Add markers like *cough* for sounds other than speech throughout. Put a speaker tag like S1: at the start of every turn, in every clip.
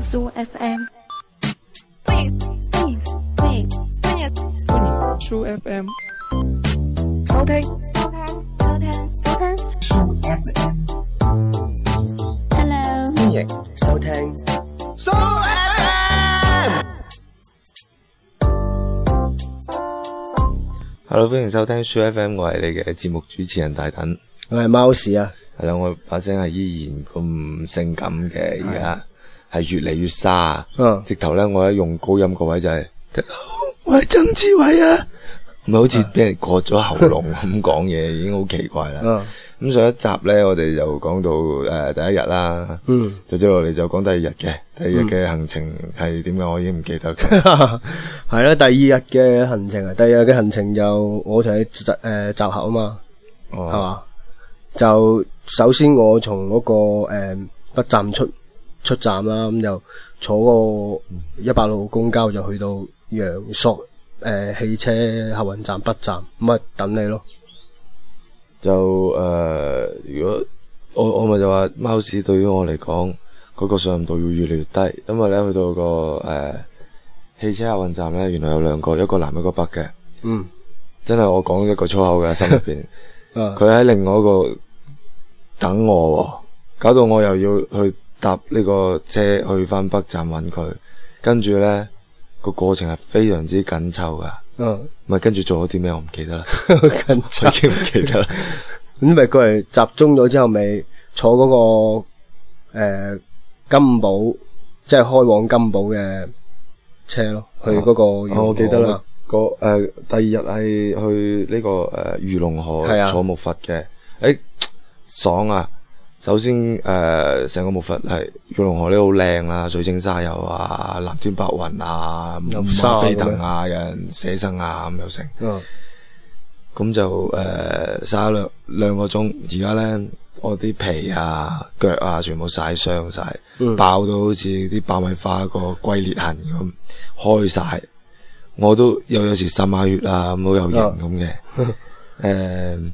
S1: FM，
S2: 欢迎欢迎欢迎欢迎
S3: 欢迎书 FM，
S2: 收听收听收听收听
S4: 欢迎收听。Hello，欢迎收聽 Show FM，我係你嘅節目主持人大等。
S5: 我係貓屎啊，
S4: 係啦，我把聲係依然咁性感嘅，而家係越嚟越沙。
S5: 嗯
S4: 直頭咧，我一用高音個位就係，我係曾志偉啊，咪好似俾人割咗喉嚨咁講嘢，已經好奇怪啦。
S5: 嗯
S4: 咁上一集咧，我哋就講到誒、呃第一日啦，
S5: 嗯， *laughs*
S4: 就接落嚟就講第二日嘅，第二日嘅行程係點嘅，我已經唔記得。 *laughs*
S5: 係啦，第二日嘅行程啊，第二日嘅行程就我同你集诶集合啊嘛，
S4: 哦
S5: 係嘛？就首先我從嗰、個个誒北站出出站啦，咁就坐個一百路公交就去到陽朔诶汽車客運站北站，咁啊等你咯。
S4: 就誒、呃如果我我咪就話貓屎對於我嚟講，嗰、個信任度要越嚟越低，因為咧去到個誒、呃汽車客運站咧，原來有兩個，一個南一個北嘅，
S5: 嗯，
S4: 真係我講一個粗口嘅心入邊，
S5: 啊
S4: 佢喺另外一個等我、喎，搞到我又要去搭呢個車去翻北站揾佢，跟住咧個過程係非常之緊湊噶，
S5: *laughs* 嗯，
S4: 咪跟住做咗啲咩我唔記得啦，
S5: 緊
S4: 我
S5: 張
S4: 已。經唔記得啦。
S5: 咁咪佢係集中咗之後，咪坐嗰、個呃金寶，即係開往金寶嘅車咯，去嗰個元朗
S4: 哦，
S5: 啊
S4: 我記得啦。。個誒、第二日係去呢、個誒、魚龍河
S5: 係啊
S4: 坐木筏嘅，誒、爽啊！首先誒成、個木筏係魚龍河呢度好靚啦，水清沙幼啊，藍天白雲啊，
S5: 有
S4: 五
S5: 沙
S4: 馬飛
S5: 咁
S4: 騰
S5: 樣
S4: 啊，有人寫生啊咁又成，
S5: 嗯
S4: 咁就誒曬咗兩兩個鐘，而家咧我啲皮啊腳啊全部曬傷晒。
S5: 嗯，
S4: 爆到好似啲爆米花個龜裂痕咁開晒，我都又有時滲下血啊，咁好有型咁嘅。
S5: *laughs*
S4: 誒、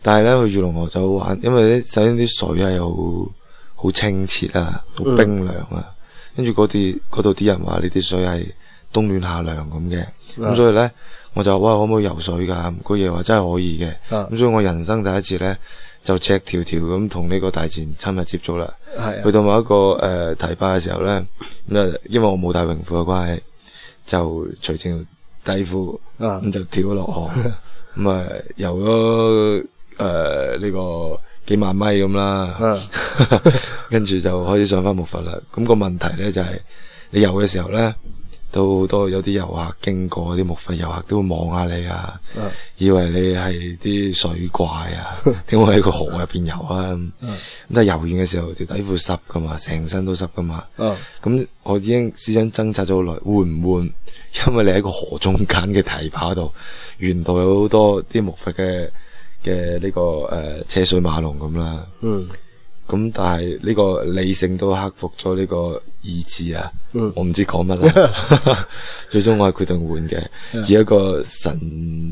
S4: 但係咧去御龍河就好玩，因為咧首先啲水係好好清澈啊，好
S5: 嗯
S4: 冰涼啊，跟住嗰啲嗰度啲人話呢啲水係冬暖夏涼咁嘅，咁、
S5: 啊
S4: 所以咧我就話喂可唔可以游水㗎？嗰嘢話真係可以嘅，
S5: 啊
S4: 咁所以我人生第一次咧就赤條條咁同呢個大自然親密接觸啦。
S5: 係
S4: 去
S5: 啊，
S4: 到某一個誒、呃堤壩嘅時候咧，咁就啊因為我冇帶泳褲嘅關係，就除正條底褲，
S5: 啊
S4: 咁就跳咗落河，咁啊游咗誒呢個幾萬米咁啦， *laughs* 跟住就開始上翻木筏啦。咁、個問題咧就係、你游嘅時候咧，都好多有啲遊客經過啲木筏遊客都會望下你啊，
S5: 嗯
S4: 以為你係啲水怪啊，點會喺個河入邊游啊？
S5: 嗯
S4: 咁但係游完嘅時候條底褲濕噶嘛，成身都濕噶嘛。
S5: 啊
S4: 咁我已經思想掙扎咗好耐，換唔換？因為你喺個河中間嘅堤壩度，沿途有好多啲木筏嘅嘅呢個誒、呃、車水馬龍咁啦。
S5: 嗯
S4: 咁但係呢個理性都克服咗呢個意志啊！
S5: 嗯
S4: 我唔知講乜啦。最終我係決定換嘅，以一個神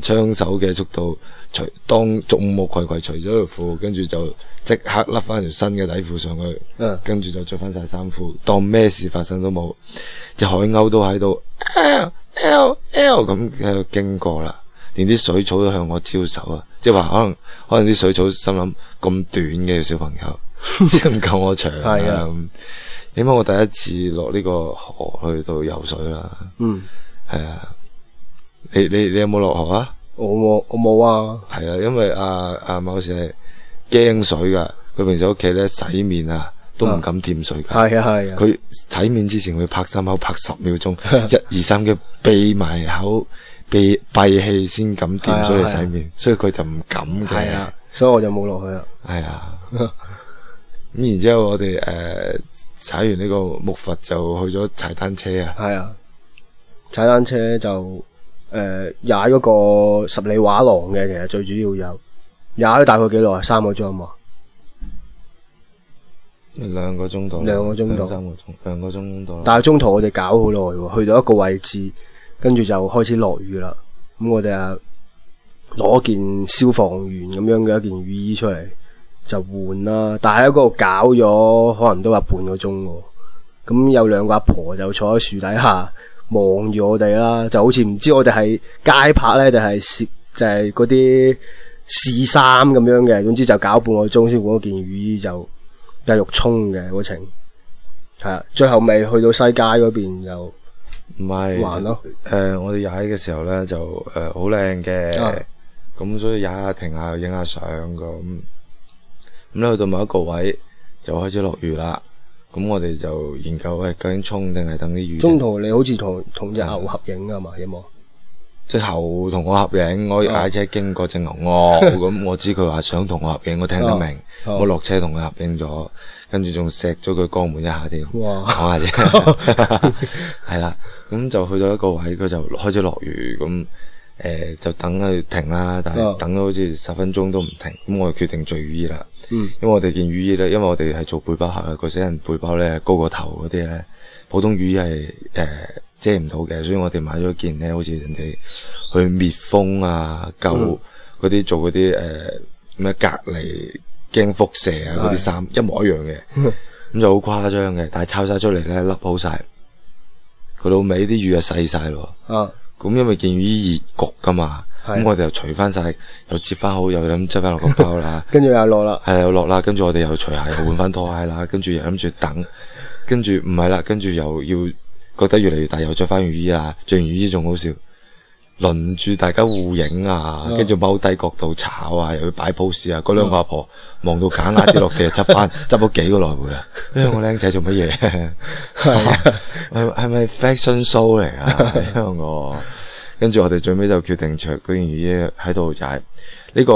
S4: 槍手嘅速度，除當眾目睽睽除咗條褲，跟住就即刻甩翻條新嘅底褲上去，
S5: 嗯
S4: 跟住就着翻晒衫褲，當咩事發生都冇。只海鷗都喺度 L L L 咁喺度經過啦，連啲水草都向我招手啊！即係話可能可能啲水草心諗咁短嘅小朋友， *laughs* 即係唔夠我長啊！
S5: 係啊
S4: 咁起碼我第一次落呢個河去到游水啦，
S5: 嗯，
S4: 係啊！你你你有冇落河啊？
S5: 我冇我冇啊，
S4: 係啊，因為阿阿某時係驚水噶，佢平時喺屋企咧洗面啊都唔敢掂水噶。
S5: 係啊係啊，
S4: 佢睇面之前會拍心口拍十秒
S5: *laughs*
S4: 鐘，一二三嘅閉埋口，閉閉氣先敢掂水嚟洗面，所以佢就唔敢嘅。
S5: 啊係啊，所以我就冇落去啦。
S4: 係啊，咁然之後我哋誒踩完呢個木筏就去咗踩單車啊，
S5: 係啊，踩單車就诶踩嗰個十里畫廊嘅，其實最主要有踩咗大概幾耐啊？三個鐘啊嘛。
S4: 兩個鐘度，
S5: 兩個鐘度
S4: 兩三個鐘，兩個鐘度啦。
S5: 但係中途我哋搞好耐喎，去到一個位置，跟住就開始落雨啦。咁我哋啊攞件消防員咁樣嘅一件雨衣出嚟就換啦，但係喺嗰度搞咗可能都有半個鐘喎。咁有兩個阿婆就坐喺樹底下望住我哋啦，就好似唔知我哋係街拍咧定係攝就係嗰啲試衫咁樣嘅，總之就搞半個鐘先換咗件雨衣就繼續衝嘅嗰程，係啊，最後咪去到西街嗰邊又
S4: 唔係
S5: 還咯，
S4: 誒、呃我哋踩嘅時候咧就誒好靚嘅，咁、
S5: 啊
S4: 所以踩下停下影下相咁。咁咧去到某一個位就開始落雨啦，咁我哋就研究喂究竟衝定係等啲雨
S5: 中
S4: 停。
S5: 途你好似同同只牛合影㗎嘛，有冇？
S4: 即係後同我合影，我
S5: 啊
S4: 踩車經過正牛
S5: *laughs*
S4: 卧，咁我知佢話想同我合影，我聽得明，
S5: 啊
S4: 嗯我落車同佢合影咗，跟住仲錫咗佢肛門一下添。
S5: 哇！
S4: 講下
S5: *laughs*
S4: 啫，係啦，咁就去到一個位，佢就開始落雨，咁诶、誒就等佢停啦，但
S5: 哦
S4: 係等咗好似十分鐘都唔停，咁我就決定聚雨衣啦，
S5: 嗯
S4: 因為我哋件雨衣咧，因為我哋係做背包客嘅，個死人背包咧高過頭嗰啲咧，普通雨衣係诶遮唔到嘅，所以我哋買咗件咧，好似人哋去滅風啊、救
S5: 嗯
S4: 嗰啲做嗰啲诶咩隔離驚輻射啊嗰啲
S5: 係
S4: 衫，一模一樣
S5: *laughs*
S4: 嘅。咁就好誇張嘅，但係抄晒出嚟咧，笠好晒，佢老尾啲雨啊細晒咯。
S5: 啊，
S4: 咁因為件雨衣熱焗噶嘛，
S5: 係，
S4: 咁我哋又除翻晒，又接翻好，又咁執翻落個包啦
S5: 跟住又落啦，
S4: 係啦又落啦，跟住我哋又除鞋，又換翻拖鞋啦，跟住又諗住等，跟住唔係啦，跟住又要覺得越嚟越大，又着翻雨衣啦，着完雨衣仲好笑。輪住大家互影啊，
S5: 嗯
S4: 跟住踎低角度炒啊，又要擺 pose 啊，嗰兩個阿婆望到假牙跌落地，執翻執咗幾個來回啊！ *laughs* 因為我僆仔做乜嘢？ *laughs* 係係咪 fashion show 嚟啊？因為我跟住我哋最尾就決定着嗰件雨衣喺度踩。呢個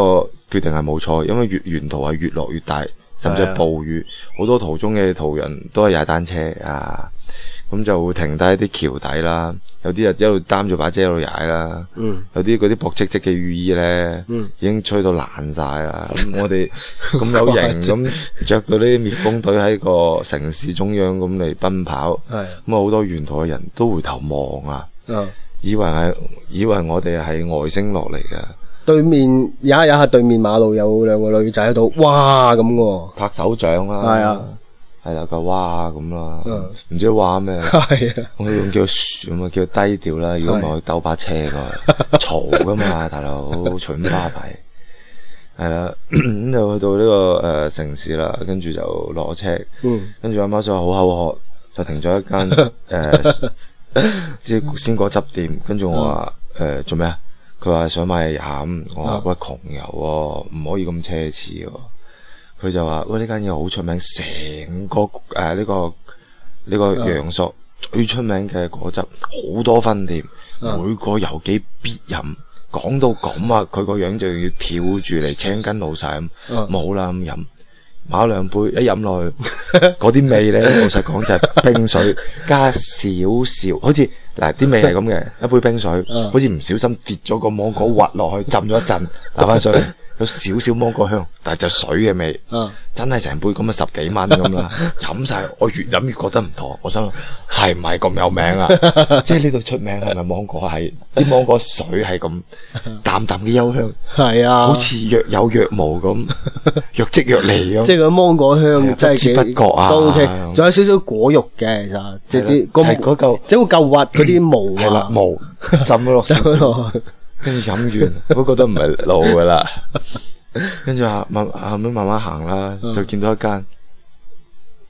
S4: 決定係冇錯，因為越沿途係越落越大，甚至
S5: 係啊
S4: 係暴雨，好多途中嘅途人都係踩單車啊。咁就會停低喺啲橋底啦，有啲人一路擔住把遮喺度踩啦，
S5: 嗯
S4: 有啲嗰啲薄唧唧嘅雨衣咧，
S5: 嗯
S4: 已經吹到爛晒
S5: *laughs*
S4: 啦。咁我哋咁有型
S5: 誇張 *laughs*
S4: 咁着到呢啲滅風隊喺個城市中央咁嚟奔跑，咁
S5: 係
S4: 啊好多沿途嘅人都回頭望啊，
S5: 嗯啊。
S4: 以為係以為我哋係外星落嚟嘅，
S5: 對面有下有下對面馬路有兩個女仔喺度，哇咁喎，
S4: 拍手掌啦，
S5: 係啊，
S4: 係啦，佢話哇咁啦，
S5: 嗯
S4: 唔知話
S5: *laughs*
S4: 咩。
S5: 係啊，
S4: 我用叫噓咁啊，叫低調啦。如果唔係，我兜把車
S5: *laughs*
S4: 噶，嘈噶嘛，大佬蠢巴閉。係啦，咁就去到呢、個呃城市啦，跟住就落車，
S5: 嗯
S4: 跟住阿媽就話好口渴，就停咗一間誒即係鮮果汁店。跟住我話誒做咩啊？佢話想買嘢飲，我話
S5: 嗯
S4: 喂窮遊喎，唔可以咁奢侈喎。佢就話喂呢間嘢好出名，成個誒呢、個呢、個
S5: 嗯
S4: 陽朔最出名嘅果汁，好多分店，
S5: 嗯
S4: 每個遊記必飲。講到咁啊，佢個樣就要跳住嚟青筋老晒咁。
S5: 啊
S4: 冇啦咁飲，買兩杯一飲落去， *laughs* 嗰啲味咧，老實講就係冰水加少少，好似嗱啲味係咁嘅，一杯冰水，
S5: 嗯
S4: 好似唔小心跌咗個芒果滑落去，浸咗一陣，打翻水，有少少芒果香，但係就水嘅
S5: *laughs*
S4: 味。
S5: 啊
S4: 真係成杯咁啊十幾蚊咁啦，飲晒我越飲越覺得唔妥，我心諗係唔係咁有名啊？即係呢度出名係咪芒果係啲芒果水係咁淡淡嘅幽香？
S5: 係啊，
S4: 好似若有若無咁，若即若離咁。
S5: 即係個芒果香真係幾
S4: 不知不覺啊
S5: 都 OK，仲有少少果肉嘅其實，即係啲
S4: 就係嗰嚿
S5: 即係個嚿核嗰啲毛
S4: 係啦
S5: 啊，，
S4: 毛浸咗落
S5: 走咗落去， *laughs*
S4: 跟住飲 *laughs* 完，我覺得唔係路噶啦。跟住啊，慢後尾慢慢行啦，就見到一間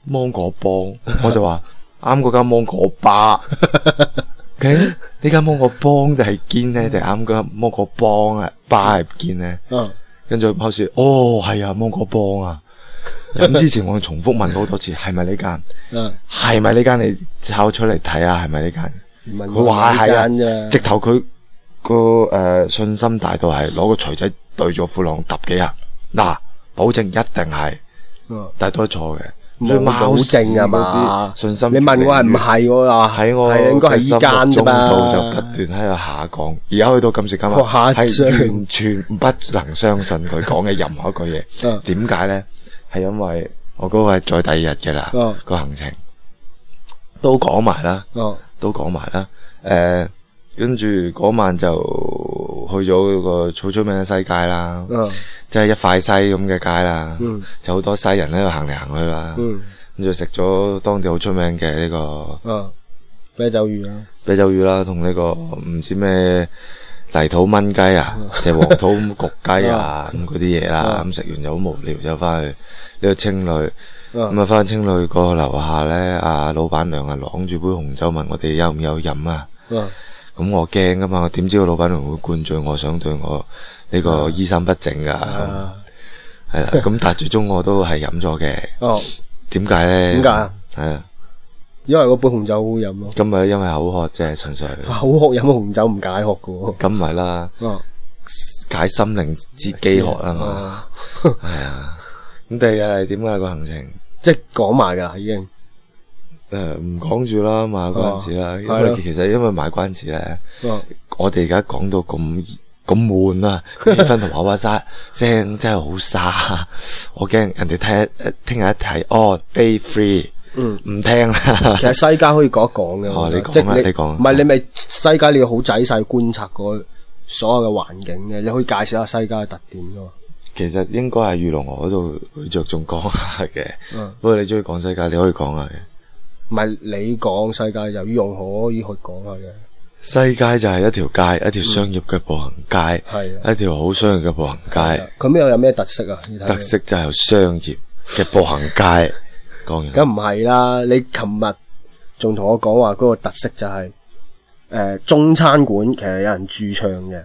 S4: 芒果幫，我就話 *laughs* 啱嗰間芒果吧。究竟呢間芒果幫就係堅呢？定係啱嗰間芒果幫啊？吧係堅呢？
S5: 啊
S4: 跟住佢 pose，哦係啊，芒果幫啊。飲之前我重複問好多次，係咪呢間？
S5: 啊，
S4: 係咪呢間？你抄出嚟睇啊下係咪呢間？
S5: 唔係
S4: 佢話係
S5: 呢間
S4: 啊，
S5: 啫
S4: 直頭佢個誒信心大到係攞個錘仔對咗褲浪揼幾下，嗱，保證一定係，
S5: 嗯
S4: 但係都係錯嘅。所以
S5: 冇
S4: 貓
S5: 保證啊
S4: 嗰
S5: 嘛
S4: 啲，信心
S5: 你問我係唔係我話
S4: 喺我
S5: 係應該係依間啫嘛
S4: 度就不斷喺度下降，而家去到今時今日
S5: 哇誇張
S4: 係完全不能相信佢講嘅任何一句
S5: *laughs*
S4: 嘢。
S5: 嗯
S4: 點解呢？係因為我嗰個係再第二日嘅啦
S5: 嗯，
S4: 個行程都講埋啦。
S5: 哦
S4: 都講埋啦。誒、跟住嗰晚就去咗個草出名嘅西街啦，
S5: 嗯
S4: 即係一塊西咁嘅街啦，
S5: 嗯
S4: 就好多西人喺度行嚟行去啦。
S5: 嗯
S4: 咁就食咗當地好出名嘅呢個
S5: 啊，啤酒魚啊，
S4: 啤酒魚啦，同呢個唔知咩泥土炆雞啊，即係黃土焗雞 *laughs* 啊，咁嗰啲嘢啦。咁食完就好無聊，就翻去呢個青旅。
S5: Ờ,
S4: 咁啊，翻青旅個樓下咧，啊老闆娘啊攞住杯紅酒問我哋有唔有飲啊？
S5: 啊
S4: 咁我驚噶嘛，我點知個老闆娘會灌醉我，想對我呢個衣衫不整噶？
S5: 啊，
S4: 係
S5: *laughs*
S4: 啦，咁但係最終我都係飲咗嘅。
S5: 哦，
S4: 點解咧？
S5: 點解啊？
S4: 係啊，
S5: 因為嗰杯紅酒好飲咯，
S4: 今日因為口渴啫，純粹。
S5: 啊好渴飲紅酒唔解渴嘅喎，
S4: 咁唔係啦，
S5: 哦，
S4: 解心靈之飢渴啊嘛。
S5: 啊，
S4: 係啊。咁第二日係點啊個行程？
S5: 即係講埋㗎啦已經，
S4: 誒唔講住啦，賣下關子啦。
S5: 哦
S4: 因
S5: 係
S4: 為
S5: 咯
S4: 其實因為賣關子咧，
S5: 哦，
S4: 我哋而家講到咁咁悶啊，氣氛同娃娃沙 *laughs* 聲真係好沙。我驚人哋睇一聽日一睇，哦，day three
S5: 嗯。
S4: 唔聽啦。
S5: *laughs* 其實西街可以講一講嘅，
S4: 哦
S5: 我覺得
S4: 你講啦
S5: 即係
S4: 你講啦
S5: 唔係你咪西街，你要好仔細觀察嗰所有嘅環境嘅，你可以介紹下西街嘅特點噶嘛。
S4: 其實應該係御龍河嗰度會着重講下嘅。
S5: 嗯，
S4: 不過你中意講世界，你可以講下嘅。
S5: 唔係你講西街，由於用可以去講下嘅，
S4: 世界就係一條街，一條商業嘅步行街，
S5: 係啊。
S4: 一條好商業嘅步行街。
S5: 佢呢度有咩特色啊？你睇下
S4: 特，色就係商業嘅步行街。講完啦
S5: 梗唔係啦。你琴日仲同我講話嗰個特色就係、呃中餐館其實有人駐唱嘅，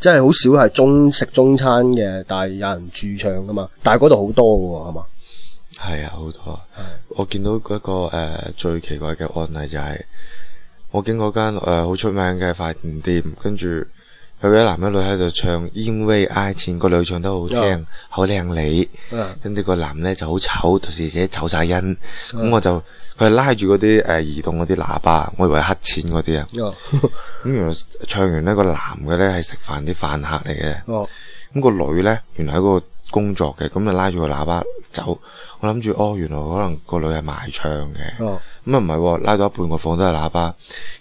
S5: 即係好少係中食中餐嘅，但係有人駐唱噶嘛。但係嗰度好多嘅喎，係嘛？
S4: 係啊，好多。我見到嗰、個、呃、最奇怪嘅案例就係、我經過間誒呃好出名嘅快電店，跟住有一男一女喺度唱《因為愛情》，個女唱得好聽
S5: 啊，
S4: 好靚你。
S5: 嗯
S4: 咁呢個男咧就好醜，同時自己走晒音。咁我就佢係拉住嗰啲誒移動嗰啲喇叭，我以為係黑錢嗰啲啊。
S5: 哦
S4: 咁原來唱完呢個男嘅咧係食飯啲飯客嚟嘅，
S5: 哦，
S4: 咁個女咧原來喺嗰個工作嘅，咁就拉住個喇叭走。我諗住哦，原來可能個女係賣唱嘅，咁啊
S5: 哦，
S4: 唔係喎，拉到一半個房都係喇叭，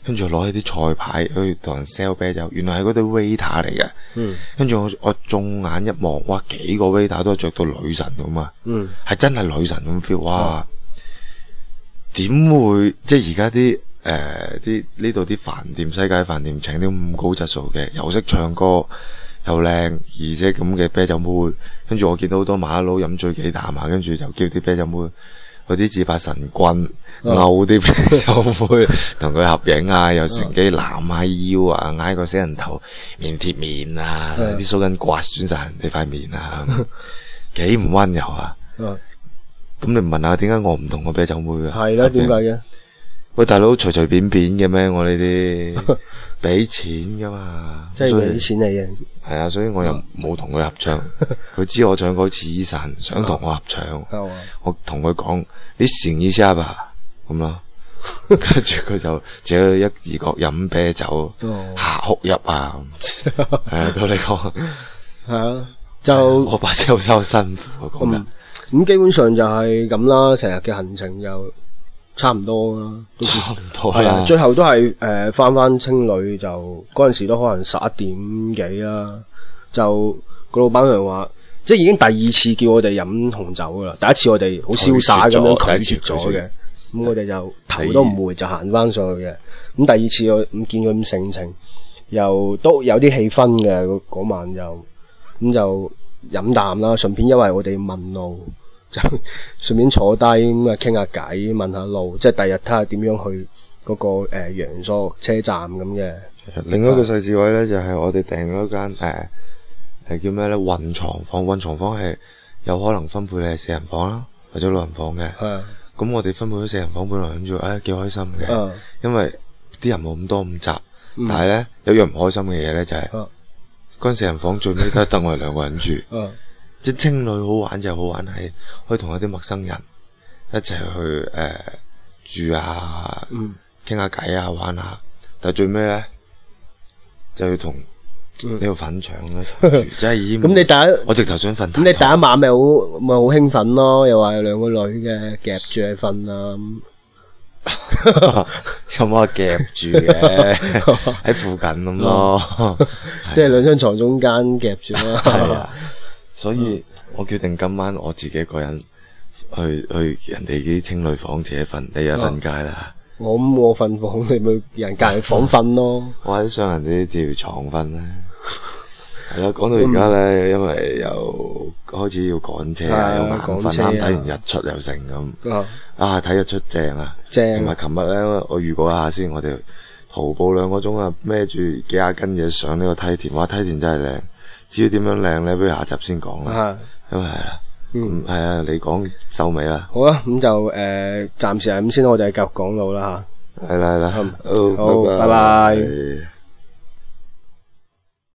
S4: 跟住攞起啲菜牌去同人 sell 啤酒，原來係嗰對 waiter 嚟嘅。
S5: 嗯
S4: 跟住我我縱眼一望，哇幾個 waiter 都係着到女神咁啊！
S5: 嗯。
S4: 係真係女神咁 feel，哇！點會即係而家啲誒啲呢度啲飯店西街飯店請啲咁高質素嘅，又識唱歌又靚，而且咁嘅啤酒妹，跟住我見到好多馬佬飲醉幾啖啊，跟住就叫啲啤酒妹嗰啲自拍神棍摳啲啤酒 *laughs* 妹同佢合影啊，又乘機攬下腰啊，挨個死人頭面貼面啊，
S5: 嗯
S4: 啲鬚根刮損晒人哋塊面啊，咁幾唔温柔啊！
S5: 啊，
S4: 咁你唔問下點解我唔同個啤酒妹嘅？
S5: 系啦，點解嘅？
S4: 喂，大佬隨隨便便嘅咩？我呢
S5: *laughs*
S4: 啲俾錢噶嘛，
S5: 即係
S4: 所以
S5: 俾啲錢你嘅，
S4: 係啊，所以我又冇同佢合
S5: *laughs*
S4: 唱。佢知我唱嗰次醫神，想同我合唱，
S5: 係啊嘛？
S4: 我同佢講你善意下吧，咁
S5: *laughs*
S4: 咯。跟住佢就自己去一二角飲啤酒，
S5: 哦
S4: 下哭泣啊！
S5: *laughs*
S4: 係啊，到你講，
S5: 係啊，就
S4: 我把聲好收好辛苦啊，講得
S5: 嗯咁基本上就係咁啦，成日嘅行程就差唔多啦，都
S4: 差唔多
S5: 係啊，
S4: 啦。
S5: 最後都係誒翻翻青旅就嗰陣時都可能十一點幾啦，就個老闆娘話。即係已經第二次叫我哋飲紅酒噶啦，第一次我哋好瀟灑咁樣拒絕咗
S4: 拒絕
S5: 嘅
S4: 咗，
S5: 咁我哋就 *laughs* 頭都唔回就行翻上去嘅。咁第二次我唔見佢咁盛情，又都有啲氣氛嘅嗰嗰晚又咁就飲啖啦，順便因為我哋問路，就順便坐低咁啊傾下偈，問下路，即係第日睇下點樣去嗰、個誒、呃、陽朔車站咁嘅。
S4: 另
S5: 啊
S4: 外一個細智位咧，就係、我哋訂咗間誒係叫咩咧？混床房，混床房係有可能分配你係四人房啦，或者六人房嘅。
S5: 係啊
S4: 咁我哋分配咗四人房，本來諗住誒幾開心嘅，
S5: 啊
S4: 因為啲人冇咁多咁雜。
S5: 嗯
S4: 但係咧有樣唔開心嘅嘢咧，就係、
S5: 啊
S4: 嗰陣四人房最尾都係得我哋兩個人住。 *laughs*
S5: 啊
S4: 即係青旅好玩就係好玩係可以同一啲陌生人一齊去誒、呃住啊，
S5: 嗯
S4: 傾下偈啊，玩下。但係最尾咧就要同呢個粉腸
S5: *laughs*
S4: 咧住，即係已經
S5: 嗯咁你第一。
S4: 我直頭想瞓。
S5: 咁你第一晚咪好咪好興奮咯，又話有兩個女嘅夾住你瞓啊，咁
S4: *laughs* 有冇話夾住嘅
S5: *laughs*
S4: 喺附近咁咯？
S5: 嗯即係兩張床中間夾住
S4: 係啊
S5: 啦。
S4: 啊，所以我決定今晚我自己一個人去去人哋啲青旅房自己瞓，你又瞓街啦，
S5: *laughs* 我咁我瞓房，你咪人隔人房瞓咯。
S4: 或者上人哋條床瞓
S5: *laughs*
S4: 啦。係啦，講到而家咧，因為又開始要趕車啊，
S5: 係
S4: 又晚瞓，
S5: 趕車啊
S4: 啱睇完日出又成咁。
S5: 啊，
S4: *laughs* 啊，睇日出正啊！同
S5: 正
S4: 埋琴日咧，我預告一下先，我哋徒步兩個鐘啊，孭住幾廿斤嘢上呢個梯田，哇！梯田真係靚，至於點樣靚咧，不如下集先講啦。
S5: 啊，
S4: 因為係啦，
S5: 嗯
S4: 嗯，係啊，你講收尾啦，
S5: 好啦，咁就呃诶，暂时系咁先啦，我哋繼續講到啦吓。
S4: 係啦係啦
S5: 嗯好，
S4: 好
S5: 拜拜
S4: 係